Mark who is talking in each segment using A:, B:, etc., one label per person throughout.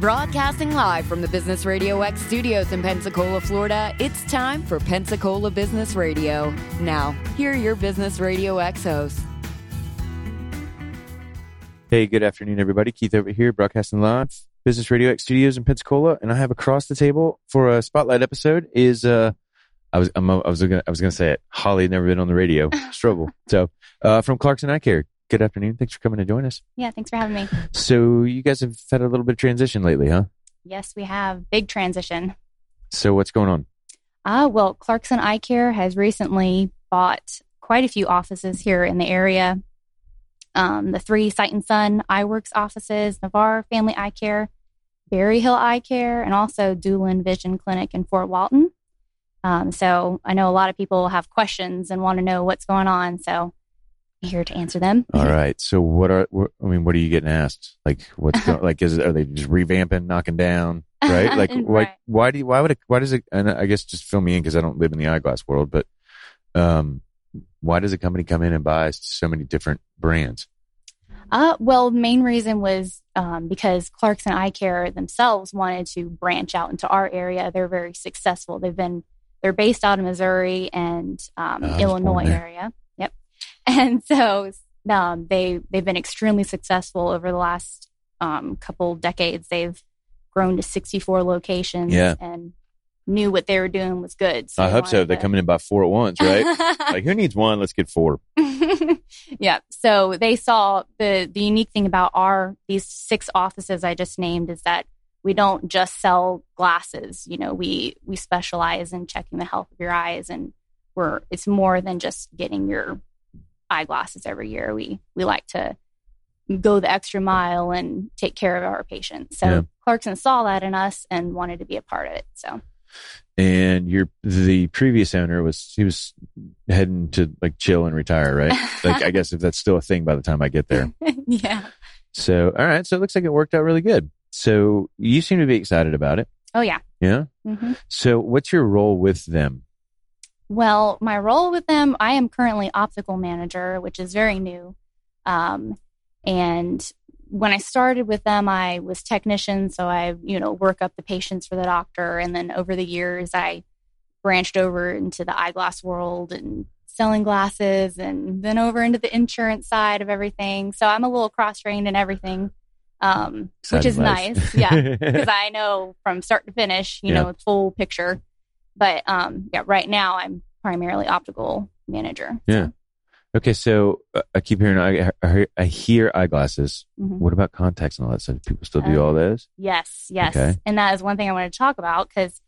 A: Broadcasting live from the Business Radio X studios in Pensacola, Florida, it's time for Pensacola Business Radio. Now, here are your Business Radio X hosts.
B: Hey, good afternoon, everybody. Keith over here, broadcasting live, Business Radio X Studios in Pensacola, and I have across the table for a spotlight episode is uh, I was I'm, I was gonna I was gonna say it. Holly had never been on the radio. Strobel. so uh, from Clarkson Eye Care. Good afternoon. Thanks for coming to join us.
C: Yeah, thanks for having me.
B: So you guys have had a little bit of transition lately, huh?
C: Yes, we have big transition.
B: So what's going on?
C: Ah, well, Clarkson Eye Care has recently bought quite a few offices here in the area. Um, the three Sight and Sun Eyeworks offices, Navarre Family Eye Care, Berry Hill Eye Care, and also Doolin Vision Clinic in Fort Walton. Um, so I know a lot of people have questions and want to know what's going on. So I'm here to answer them.
B: All right. So what are what, I mean? What are you getting asked? Like what's going, like is are they just revamping, knocking down? Right. Like
C: Right.
B: why why do you, why would it, why does it? And I guess just fill me in because I don't live in the eyeglass world, but um, why does a company come in and buy so many different brands?
C: Uh, well, main reason was um, because Clarkson Eye Care themselves wanted to branch out into our area. They're very successful. They've been they're based out of Missouri and um,
B: I was born
C: Illinois
B: there.
C: area. Yep, and so um, they they've been extremely successful over the last um, couple decades. They've grown to sixty four locations.
B: Yeah.
C: and knew what they were doing was good.
B: I hope so. They come in and buy four at once, right? like who needs one? Let's get four.
C: yeah. So they saw the the unique thing about our these six offices I just named is that we don't just sell glasses. You know, we we specialize in checking the health of your eyes, and we're it's more than just getting your eyeglasses every year. We we like to go the extra mile and take care of our patients. So
B: Yeah.
C: Clarkson saw that in us and wanted to be a part of it. So
B: And your the previous owner was he was heading to like chill and retire, right? like I guess if that's still a thing by the time I get there.
C: yeah.
B: So, all right. So it looks like it worked out really good. So you seem to be excited about it.
C: Oh yeah.
B: Yeah.
C: hmm
B: So what's your role with them?
C: Well, my role with them, I am currently optical manager, which is very new. Um, and when I started with them, I was technician, so I you know work up the patients for the doctor, and then over the years, I branched over into the eyeglass world and selling glasses, and then over into the insurance side of everything. So I'm a little cross trained in everything, um, which
B: Exciting
C: is
B: life.
C: nice. Yeah because I know from start to finish, you
B: Yeah.
C: know, the full picture. But um, yeah, right now I'm primarily optical manager.
B: Yeah. okay. So uh, I keep hearing, I, I, hear, I hear eyeglasses.
C: Mhm.
B: What about contacts and all that stuff? Do People still do
C: Um,
B: all those?
C: Yes, yes,
B: Okay.
C: and that is one thing I want to talk about because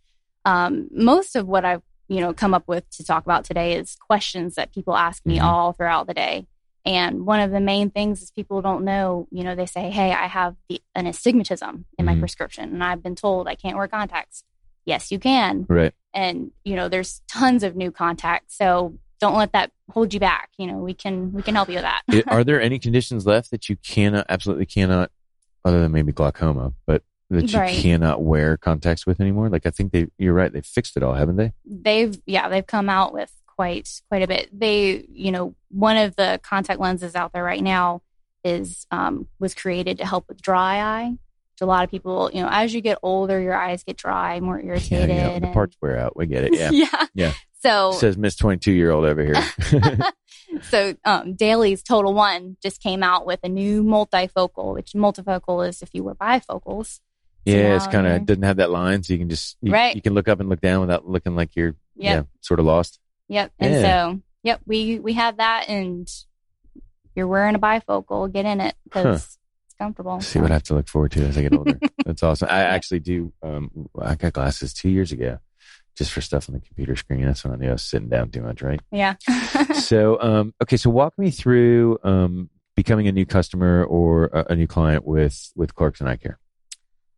C: um, most of what I've you know come up with to talk about today is questions that people ask me
B: Mhm.
C: all throughout the day. And one of the main things is people don't know. You know, they say, "Hey, I have the, an astigmatism in my
B: Mhm.
C: prescription, and I've been told I can't wear contacts." Yes, you can.
B: Right.
C: and you know there's tons of new contacts so don't let that hold you back you know we can we can help you with that
B: It- are there any conditions left that you cannot, absolutely cannot, other than maybe glaucoma, but that you
C: Right.
B: cannot wear contacts with anymore? Like, I think they, you're right. They fixed it all, haven't they?
C: they've yeah they've come out with quite quite a bit they you know one of the contact lenses out there right now is um, was created to help with dry eye which a lot of people you know as you get older your eyes get dry more irritated
B: yeah. The
C: and-
B: parts wear out. We get it. Yeah.
C: yeah
B: Yeah.
C: so
B: Says Miss 22 year old over here.
C: so um, Daly's Total One just came out with a new multifocal, which multifocal is if you wear bifocals.
B: Yeah, it's
C: now
B: kind
C: you're-
B: of doesn't have that line, so you can just you,
C: Right.
B: You can look up and look down without looking like you're yeah
C: Yep,
B: sort of lost.
C: yep. And
B: Yeah.
C: so, yep, we we have that, and you're wearing a bifocal, get in it because
B: Huh.
C: it's comfortable.
B: See what I have to look forward to as I get older. That's awesome. I
C: Yeah.
B: actually do. Um, I got glasses two years ago, just for stuff on the computer screen. That's when I knew I was sitting down too much, right?
C: yeah.
B: so, um, okay, so walk me through um becoming a new customer or a, a new client with with Clarkson Eye Care.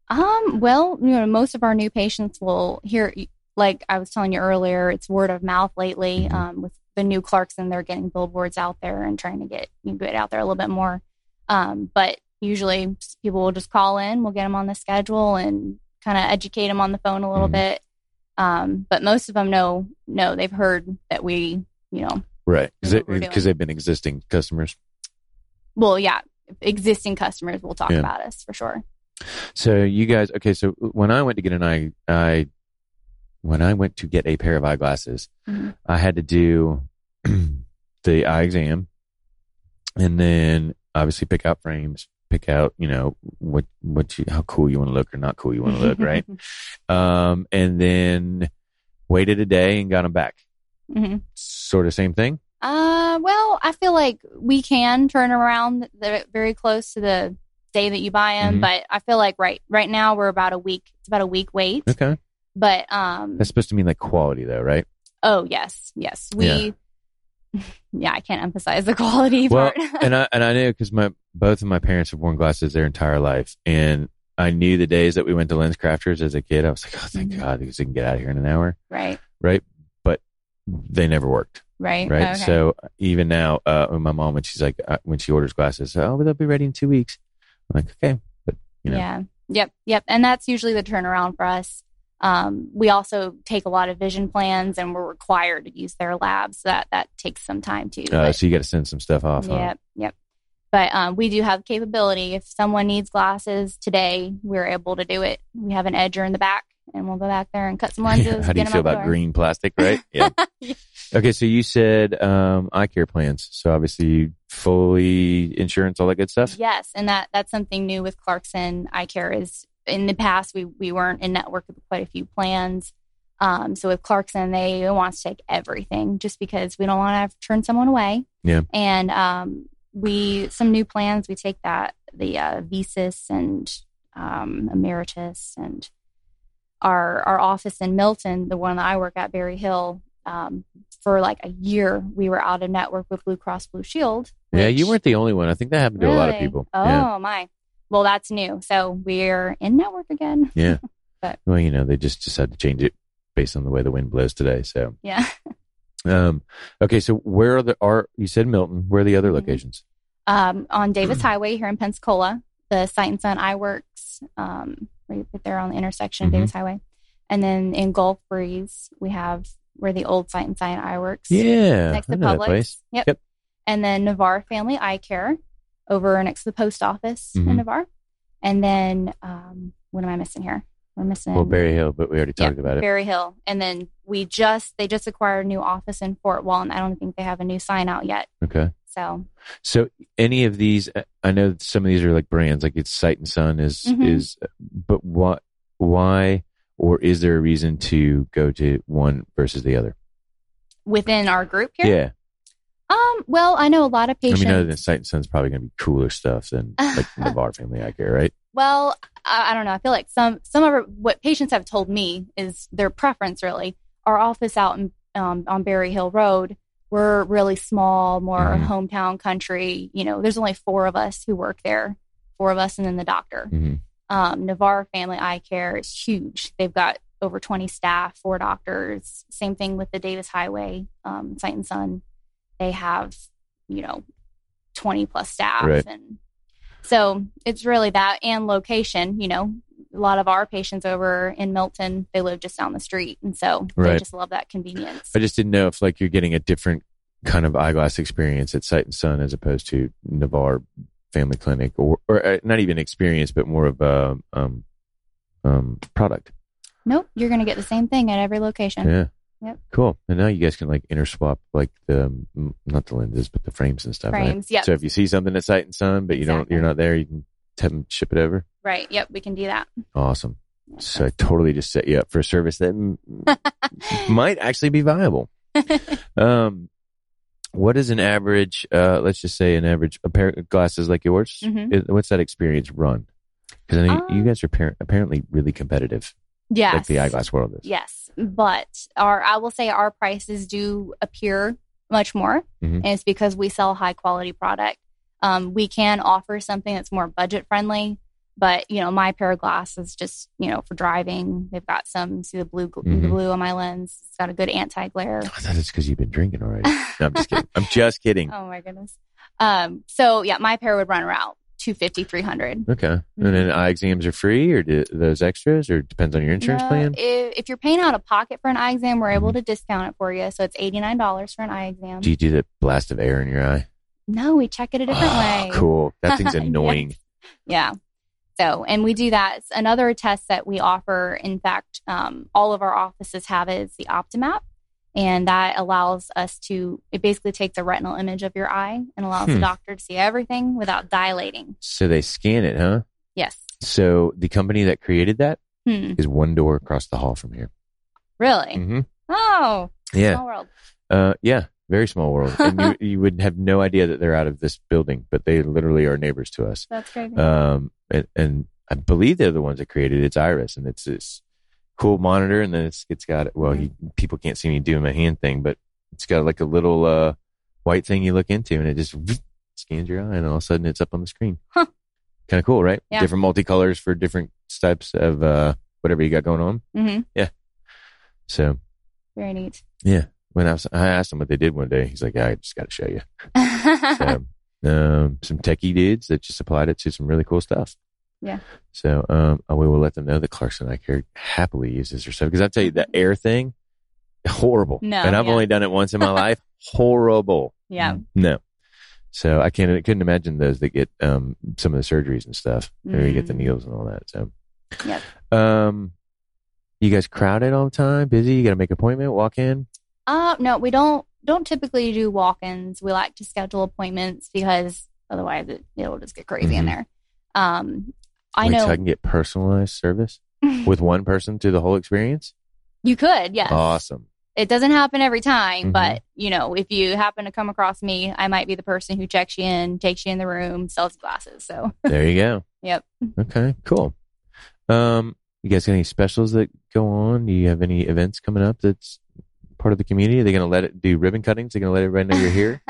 C: Um, well, you know, most of our new patients will hear, like I was telling you earlier, it's word of mouth lately.
B: Mhm.
C: Um, with the new Clarkson, they're getting billboards out there and trying to get you get out there a little bit more. Um, but usually s- people will just call in, we'll get them on the schedule and kind of educate them on the phone a little
B: Mhm.
C: bit. Um, but most of them know, know they've heard that we, you know,
B: Right,
C: That's what we're
B: because
C: doing.
B: they've been existing customers.
C: well, yeah, existing customers will talk
B: Yeah.
C: about us for sure.
B: So you guys, okay. So when I went to get an eye, I when I went to get a pair of eyeglasses,
C: Mhm.
B: I had to do the eye exam, and then obviously pick out frames, pick out you know what what you how cool you want to look or not cool you want to look, right? Um, and then waited a day and got them back.
C: Mhm.
B: Sort of same thing.
C: Uh, well, I feel like we can turn around the, very close to the day that you buy them,
B: Mhm.
C: but I feel like right right now we're about a week. It's about a week wait.
B: Okay,
C: But um,
B: that's supposed to mean like quality though, right?
C: oh yes, yes, we. Yeah. I can't emphasize the quality
B: Well,
C: part.
B: and I and I knew because my both of my parents have worn glasses their entire life, and I knew the days that we went to lens crafters as a kid. I was like, oh, thank
C: Mhm.
B: God, because we can get out of here in an hour,
C: right,
B: right? But they never worked,
C: right,
B: right?
C: Okay.
B: So even now, uh, when my mom when she's like uh, when she orders glasses, oh, well, they'll be ready in two weeks. I'm like, okay, but you know,
C: Yeah. Yep. Yep. And that's usually the turnaround for us. Um, we also take a lot of vision plans, and we're required to use their labs. So that that takes some time too.
B: uh,
C: but-
B: so you got to send some stuff off. huh?
C: Yep, yep. But um, we do have capability. If someone needs glasses today, we're able to do it. We have an edger in the back, and we'll go back there and cut some lenses.
B: Yeah, How do
C: get
B: you
C: 'em
B: feel
C: out the
B: about
C: door.
B: green plastic, right? Yeah.
C: Yeah.
B: Okay, so you said um, eye care plans. So obviously, you fully insurance, all that good stuff.
C: Yes, and that that's something new with Clarkson Eye Care is in the past we we weren't in network with quite a few plans. Um, so with Clarkson, they want to take everything just because we don't want to have to turn someone away.
B: Yeah.
C: and um, we some new plans we take that the uh, Visas and um, Emeritus and our our office in Milton, the one that I work at, Berry Hill. Um, for like a year, we were out of network with Blue Cross Blue Shield.
B: Yeah, you
C: which-
B: weren't the only one. I think that happened to a lot of
C: Really?
B: people.
C: Oh
B: Yeah.
C: my. Well, that's new. So we're in network again.
B: Well, you know, they just decided to change it based on the way the wind blows today. So,
C: Yeah.
B: um, okay. So where are the are you said Milton? Where are the other
C: Mhm.
B: locations?
C: Um, on Davis Highway here in Pensacola, the Sight and Sun Eye Works, um, right there on the intersection of
B: Mhm.
C: Davis Highway, and then in Gulf Breeze we have where the old Sight and Sun Eye Works.
B: Yeah,
C: next
B: I
C: to
B: know that
C: Publix.
B: place.
C: Yep.
B: Yep.
C: And then Navarre Family Eye Care over next to the post office
B: Mhm.
C: in Navarre. And then um, what am I missing here? We're missing
B: Well, Berry Hill, but we already
C: Yeah,
B: talked about it.
C: Berry Hill. And then we just they just acquired a new office in Fort Walton. I don't think they have a new sign out yet.
B: Okay.
C: So
B: So any of these, uh, I know that some of these are like brands, like it's Sight and Sun is
C: Mhm.
B: is, but what, why, or is there a reason to go to one versus the other?
C: within our group here.
B: Yeah.
C: Um, well, I know a lot of
B: I
C: patients
B: mean, other than Sight and Sun's probably going to be cooler stuff than like the Bar Family Eye Care, right?
C: well, I, I don't know. I feel like some some of our, what patients have told me is their preference really. Our office out in um, on Berry Hill Road, we're really small, more
B: Mhm.
C: hometown country. You know, there's only four of us who work there, four of us and then the doctor.
B: Mm-hmm.
C: Um, Navarre Family Eye Care is huge. They've got over 20 staff, four doctors. Same thing with the Davis Highway, um, Sight and Sun. They have, you know, 20 plus staff.
B: Right.
C: And so it's really that and location, you know, a lot of our patients over in Milton, they live just down the street. And so
B: Right.
C: they just love that convenience.
B: I just didn't know if like you're getting a different kind of eyeglass experience at Sight and Sun as opposed to Navarre Family Clinic, or or uh, not even experience, but more of a um, um, product.
C: Nope. You're going to get the same thing at every location.
B: Yeah.
C: Yep.
B: Cool. And now you guys can like interswap like the mm, not the lenses, but the frames and stuff. Right?
C: Frames. Yep.
B: So if you see something at Sight and Sun, but you don't,
C: Exactly.
B: you're not there, you can have them ship it over.
C: right. Yep. We can do that.
B: Awesome. So I totally just set you up for a service that mm, might actually be viable. um, what is an average? Uh, let's just say an average a pair of glasses like yours.
C: Mhm.
B: it- what's that experience run? Because I know you- you
C: Um,
B: guys are par- apparently really competitive,
C: yes.
B: like the eyeglass world is.
C: Yes, but our I will say our prices do appear much more,
B: Mhm.
C: and it's because we sell high quality product. Um, we can offer something that's more budget friendly, but you know my pair of glasses just you know for driving. They've got some see the blue gl-
B: Mhm.
C: the blue on my lens. It's got a good anti glare.
B: I thought it's because you've been drinking already. No, I'm just kidding. I'm just kidding.
C: oh my goodness. Um, so yeah, my pair would run around 250 300
B: Okay.
C: Mm-hmm.
B: And then eye exams are free, or do those extras, or depends on your insurance
C: No,
B: plan. Mm-hmm.
C: If, if you're paying out of pocket for an eye exam, we're able to discount it for you. So it's eighty nine dollars for an eye exam.
B: Do you do that blast of air in your eye?
C: No, we check it a different
B: Oh,
C: way.
B: Cool. That thing's
C: Yes.
B: annoying.
C: Yeah. So, and we do that. It's another test that we offer. In fact, um, all of our offices have is the OptiMap, and that allows us to. It basically takes a retinal image of your eye and allows
B: Hmm.
C: the doctor to see everything without dilating.
B: So they scan it, huh?
C: Yes.
B: So the company that created that
C: Hmm.
B: is one door across the hall from here.
C: Really?
B: hmm
C: Oh,
B: Yeah.
C: small world.
B: Uh, yeah. Very small world. And you, you would have no idea that they're out of this building, but they literally are neighbors to us.
C: That's crazy.
B: Um, and, and I believe they're the ones that created its iris, and it's this cool monitor, and then it's it's got well, you, people can't see me doing my hand thing, but it's got like a little uh, white thing you look into, and it just scans your eye, and all of a sudden it's up on the screen.
C: Huh.
B: Kind of cool, right?
C: Yeah.
B: Different multicolors for different types of uh, whatever you got going on.
C: hmm
B: So
C: Very neat.
B: when I, was, I asked him what they did one day, he's like, "I just got to show you." So, um, some techie dudes that just applied it to some really cool stuff.
C: Yeah.
B: So um, we will let them know that Clarkson I care happily uses her stuff because I tell you the air thing, horrible.
C: No,
B: and I've
C: yeah.
B: only done it once in my life. Horrible.
C: yeah.
B: No. So I can't. I couldn't imagine those that get um, some of the surgeries and stuff, or you get the
C: Mm.
B: needles and all that. So.
C: Yep.
B: Um, you guys crowded all the time, busy. You got to make appointment, walk in.
C: Uh, no, we don't don't typically do walk-ins. We like to schedule appointments because otherwise it, it'll just get crazy in
B: Mhm.
C: there. Um, I
B: Wait till I
C: know
B: can get personalized service with one person through the whole experience.
C: you could, yes.
B: Awesome.
C: It doesn't happen every time,
B: Mhm.
C: but you know, if you happen to come across me, I might be the person who checks you in, takes you in the room, sells you glasses. So
B: There you go.
C: Yep.
B: Okay, cool. Um, you guys got any specials that go on? Do you have any events coming up that's part of the community? Are they gonna let it do ribbon cuttings? They're gonna let everybody know you're here?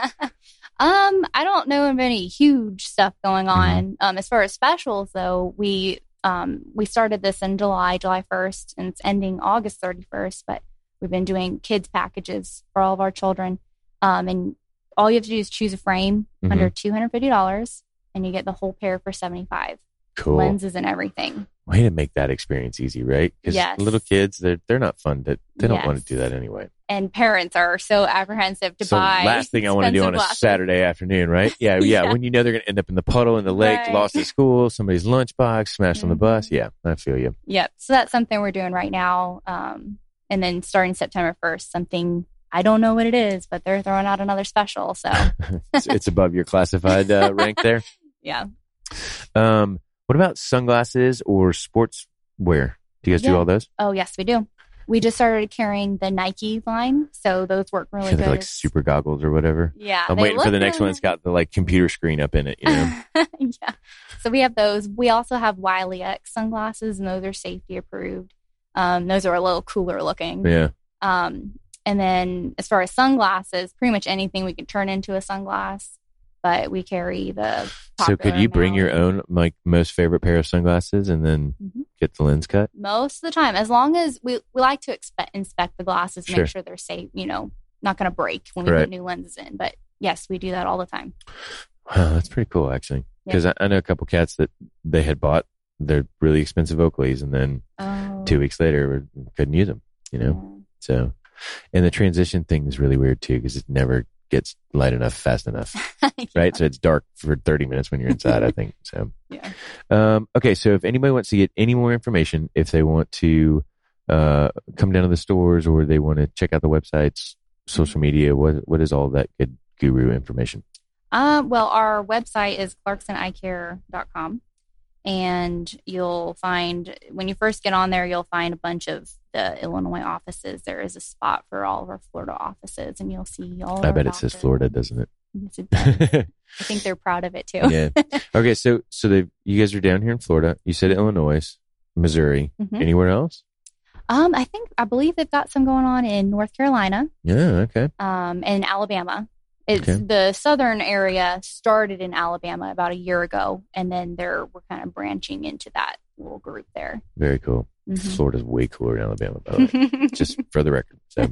C: Um, I don't know of any huge stuff going
B: Mm-hmm.
C: on. Um, as far as specials though, we um we started this in July, July first, and it's ending August thirty first. But we've been doing kids packages for all of our children. Um, and all you have to do is choose a frame
B: Mhm.
C: under two hundred fifty dollars, and you get the whole pair for seventy five
B: Cool.
C: lenses and everything.
B: Way to make that experience easy, right? Because
C: Yes.
B: little kids, they're they're not fun. That they don't want to
C: Yes.
B: do that anyway.
C: And parents are so apprehensive to
B: so
C: buy.
B: last thing I want to do on a
C: expensive glasses.
B: Saturday afternoon, right? Yeah, yeah,
C: Yeah.
B: When you know they're gonna end up in the puddle in the lake,
C: Right.
B: lost at school, somebody's lunchbox, smashed on the
C: Mhm.
B: bus. Yeah, I feel you.
C: Yep. So that's something we're doing right now. Um, and then starting September 1st, something I don't know what it is, but they're throwing out another special. So,
B: It's, it's above your classified uh, rank there.
C: yeah.
B: Um, what about sunglasses or sportswear? Do you guys do
C: Yeah.
B: all those?
C: Oh, yes, we do. We just started carrying the Nike line. So those work really
B: Should they
C: good.
B: be like super goggles or whatever.
C: Yeah.
B: I'm
C: they
B: waiting for
C: look
B: the next one
C: really
B: that's got the like computer screen up in it. You know,
C: yeah. So we have those. We also have Wiley X sunglasses, and those are safety approved. Um, those are a little cooler looking.
B: yeah.
C: Um, and then as far as sunglasses, pretty much anything we could turn into a sunglass, but we carry the.
B: So could
C: popular
B: you bring
C: now.
B: your own like most favorite pair of sunglasses and then
C: Mhm.
B: get the lens cut?
C: Most of the time, as long as we, we like to expect, inspect the glasses,
B: Sure.
C: make sure they're safe, you know, not going to break when we
B: Right.
C: put new lenses in. But yes, we do that all the time.
B: Wow, that's pretty cool actually. Because I, I know a couple cats that they had bought their really expensive Oakleys and then
C: Oh,
B: two weeks later couldn't use them. You know, so and the transition thing is really weird too because it never gets light enough fast enough. right? So it's dark for 30 minutes when you're inside, I think. So,
C: Yeah.
B: Um, okay. So if anybody wants to get any more information, if they want to, uh, come down to the stores or they want to check out the websites, social media, what, what is all that good guru information?
C: Um, well, our website is clarksoneyecare.com. And you'll find, when you first get on there, you'll find a bunch of the Illinois offices. There is a spot for all of our Florida offices, and you'll see all of
B: I
C: our
B: bet it says
C: doctors.
B: Florida, doesn't it?
C: Yes, it does. I think they're proud of it too.
B: yeah. Okay. So, so they, you guys are down here in Florida. You said Illinois, Missouri,
C: Mhm.
B: anywhere else?
C: Um, I think, I believe they've got some going on in North Carolina
B: Yeah. Okay.
C: um, and Alabama. It's
B: Okay.
C: the southern area started in Alabama about a year ago, and then they're we're kind of branching into that little group there.
B: Very cool.
C: Mhm.
B: Florida's way cooler than Alabama, by the way. just for the record. So,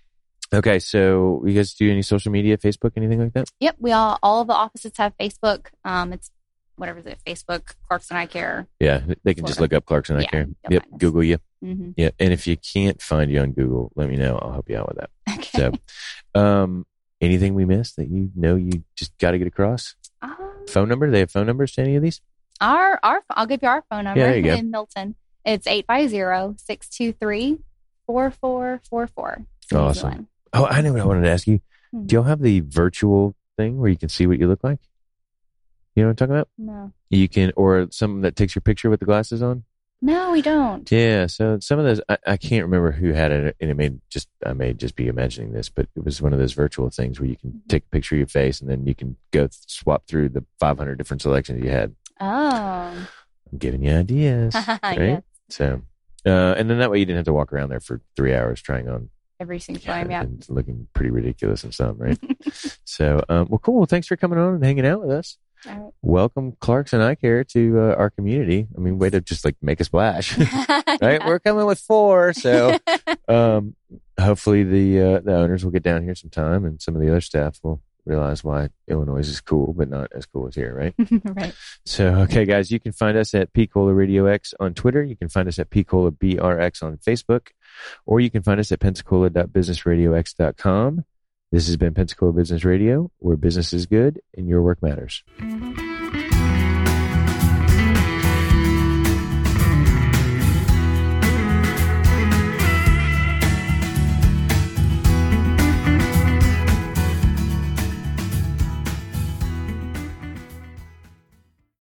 B: okay, so you guys do any social media, Facebook, anything like that?
C: Yep, we all all of the offices have Facebook. Um, it's whatever is it, Facebook, Clarkson Eye Care.
B: Yeah, they can just
C: Florida.
B: look up Clarkson. I
C: Yeah,
B: care.
C: you'll
B: Yep,
C: find us.
B: Google you.
C: Mm-hmm.
B: Yeah, and if you can't find you on Google, let me know. I'll help you out with that.
C: Okay.
B: So, um, anything we missed that you know you just got to get across?
C: Um,
B: Phone number? They have phone numbers to any of these?
C: Our our I'll give you our phone number
B: there you go.
C: in Milton. It's 850-623-4444.
B: Awesome. Oh, I know what I wanted to ask you.
C: Hmm.
B: Do y'all have the virtual thing where you can see what you look like? You know what I'm talking about?
C: No.
B: You can, or something that takes your picture with the glasses on.
C: No, we don't.
B: Yeah. So some of those, I, I can't remember who had it, and it may just, I may just be imagining this, but it was one of those virtual things where you can take a picture of your face and then you can go th- swap through the 500 different selections you had.
C: Oh.
B: I'm giving you ideas.
C: Yes.
B: So, uh, and then that way you didn't have to walk around there for three hours trying on
C: Every single time, yeah.
B: and looking pretty ridiculous in some, right? so, um, well, cool. Well, thanks for coming on and hanging out with us.
C: All
B: Welcome, Clarkson Eye Care, to uh, our community. I mean, way to just like make a splash, right?
C: right.
B: We're coming with four, so um, hopefully the uh, the owners will get down here sometime, and some of the other staff will realize why Illinois is cool, but not as cool as here, right?
C: Hmm. right.
B: So, okay, guys, you can find us at Pcola Radio X on Twitter. You can find us at Pcola BRX on Facebook, or you can find us at pensacola.businessradiox.com. This has been Pensacola Business Radio, where business is good and your work matters.
C: Mm-hmm.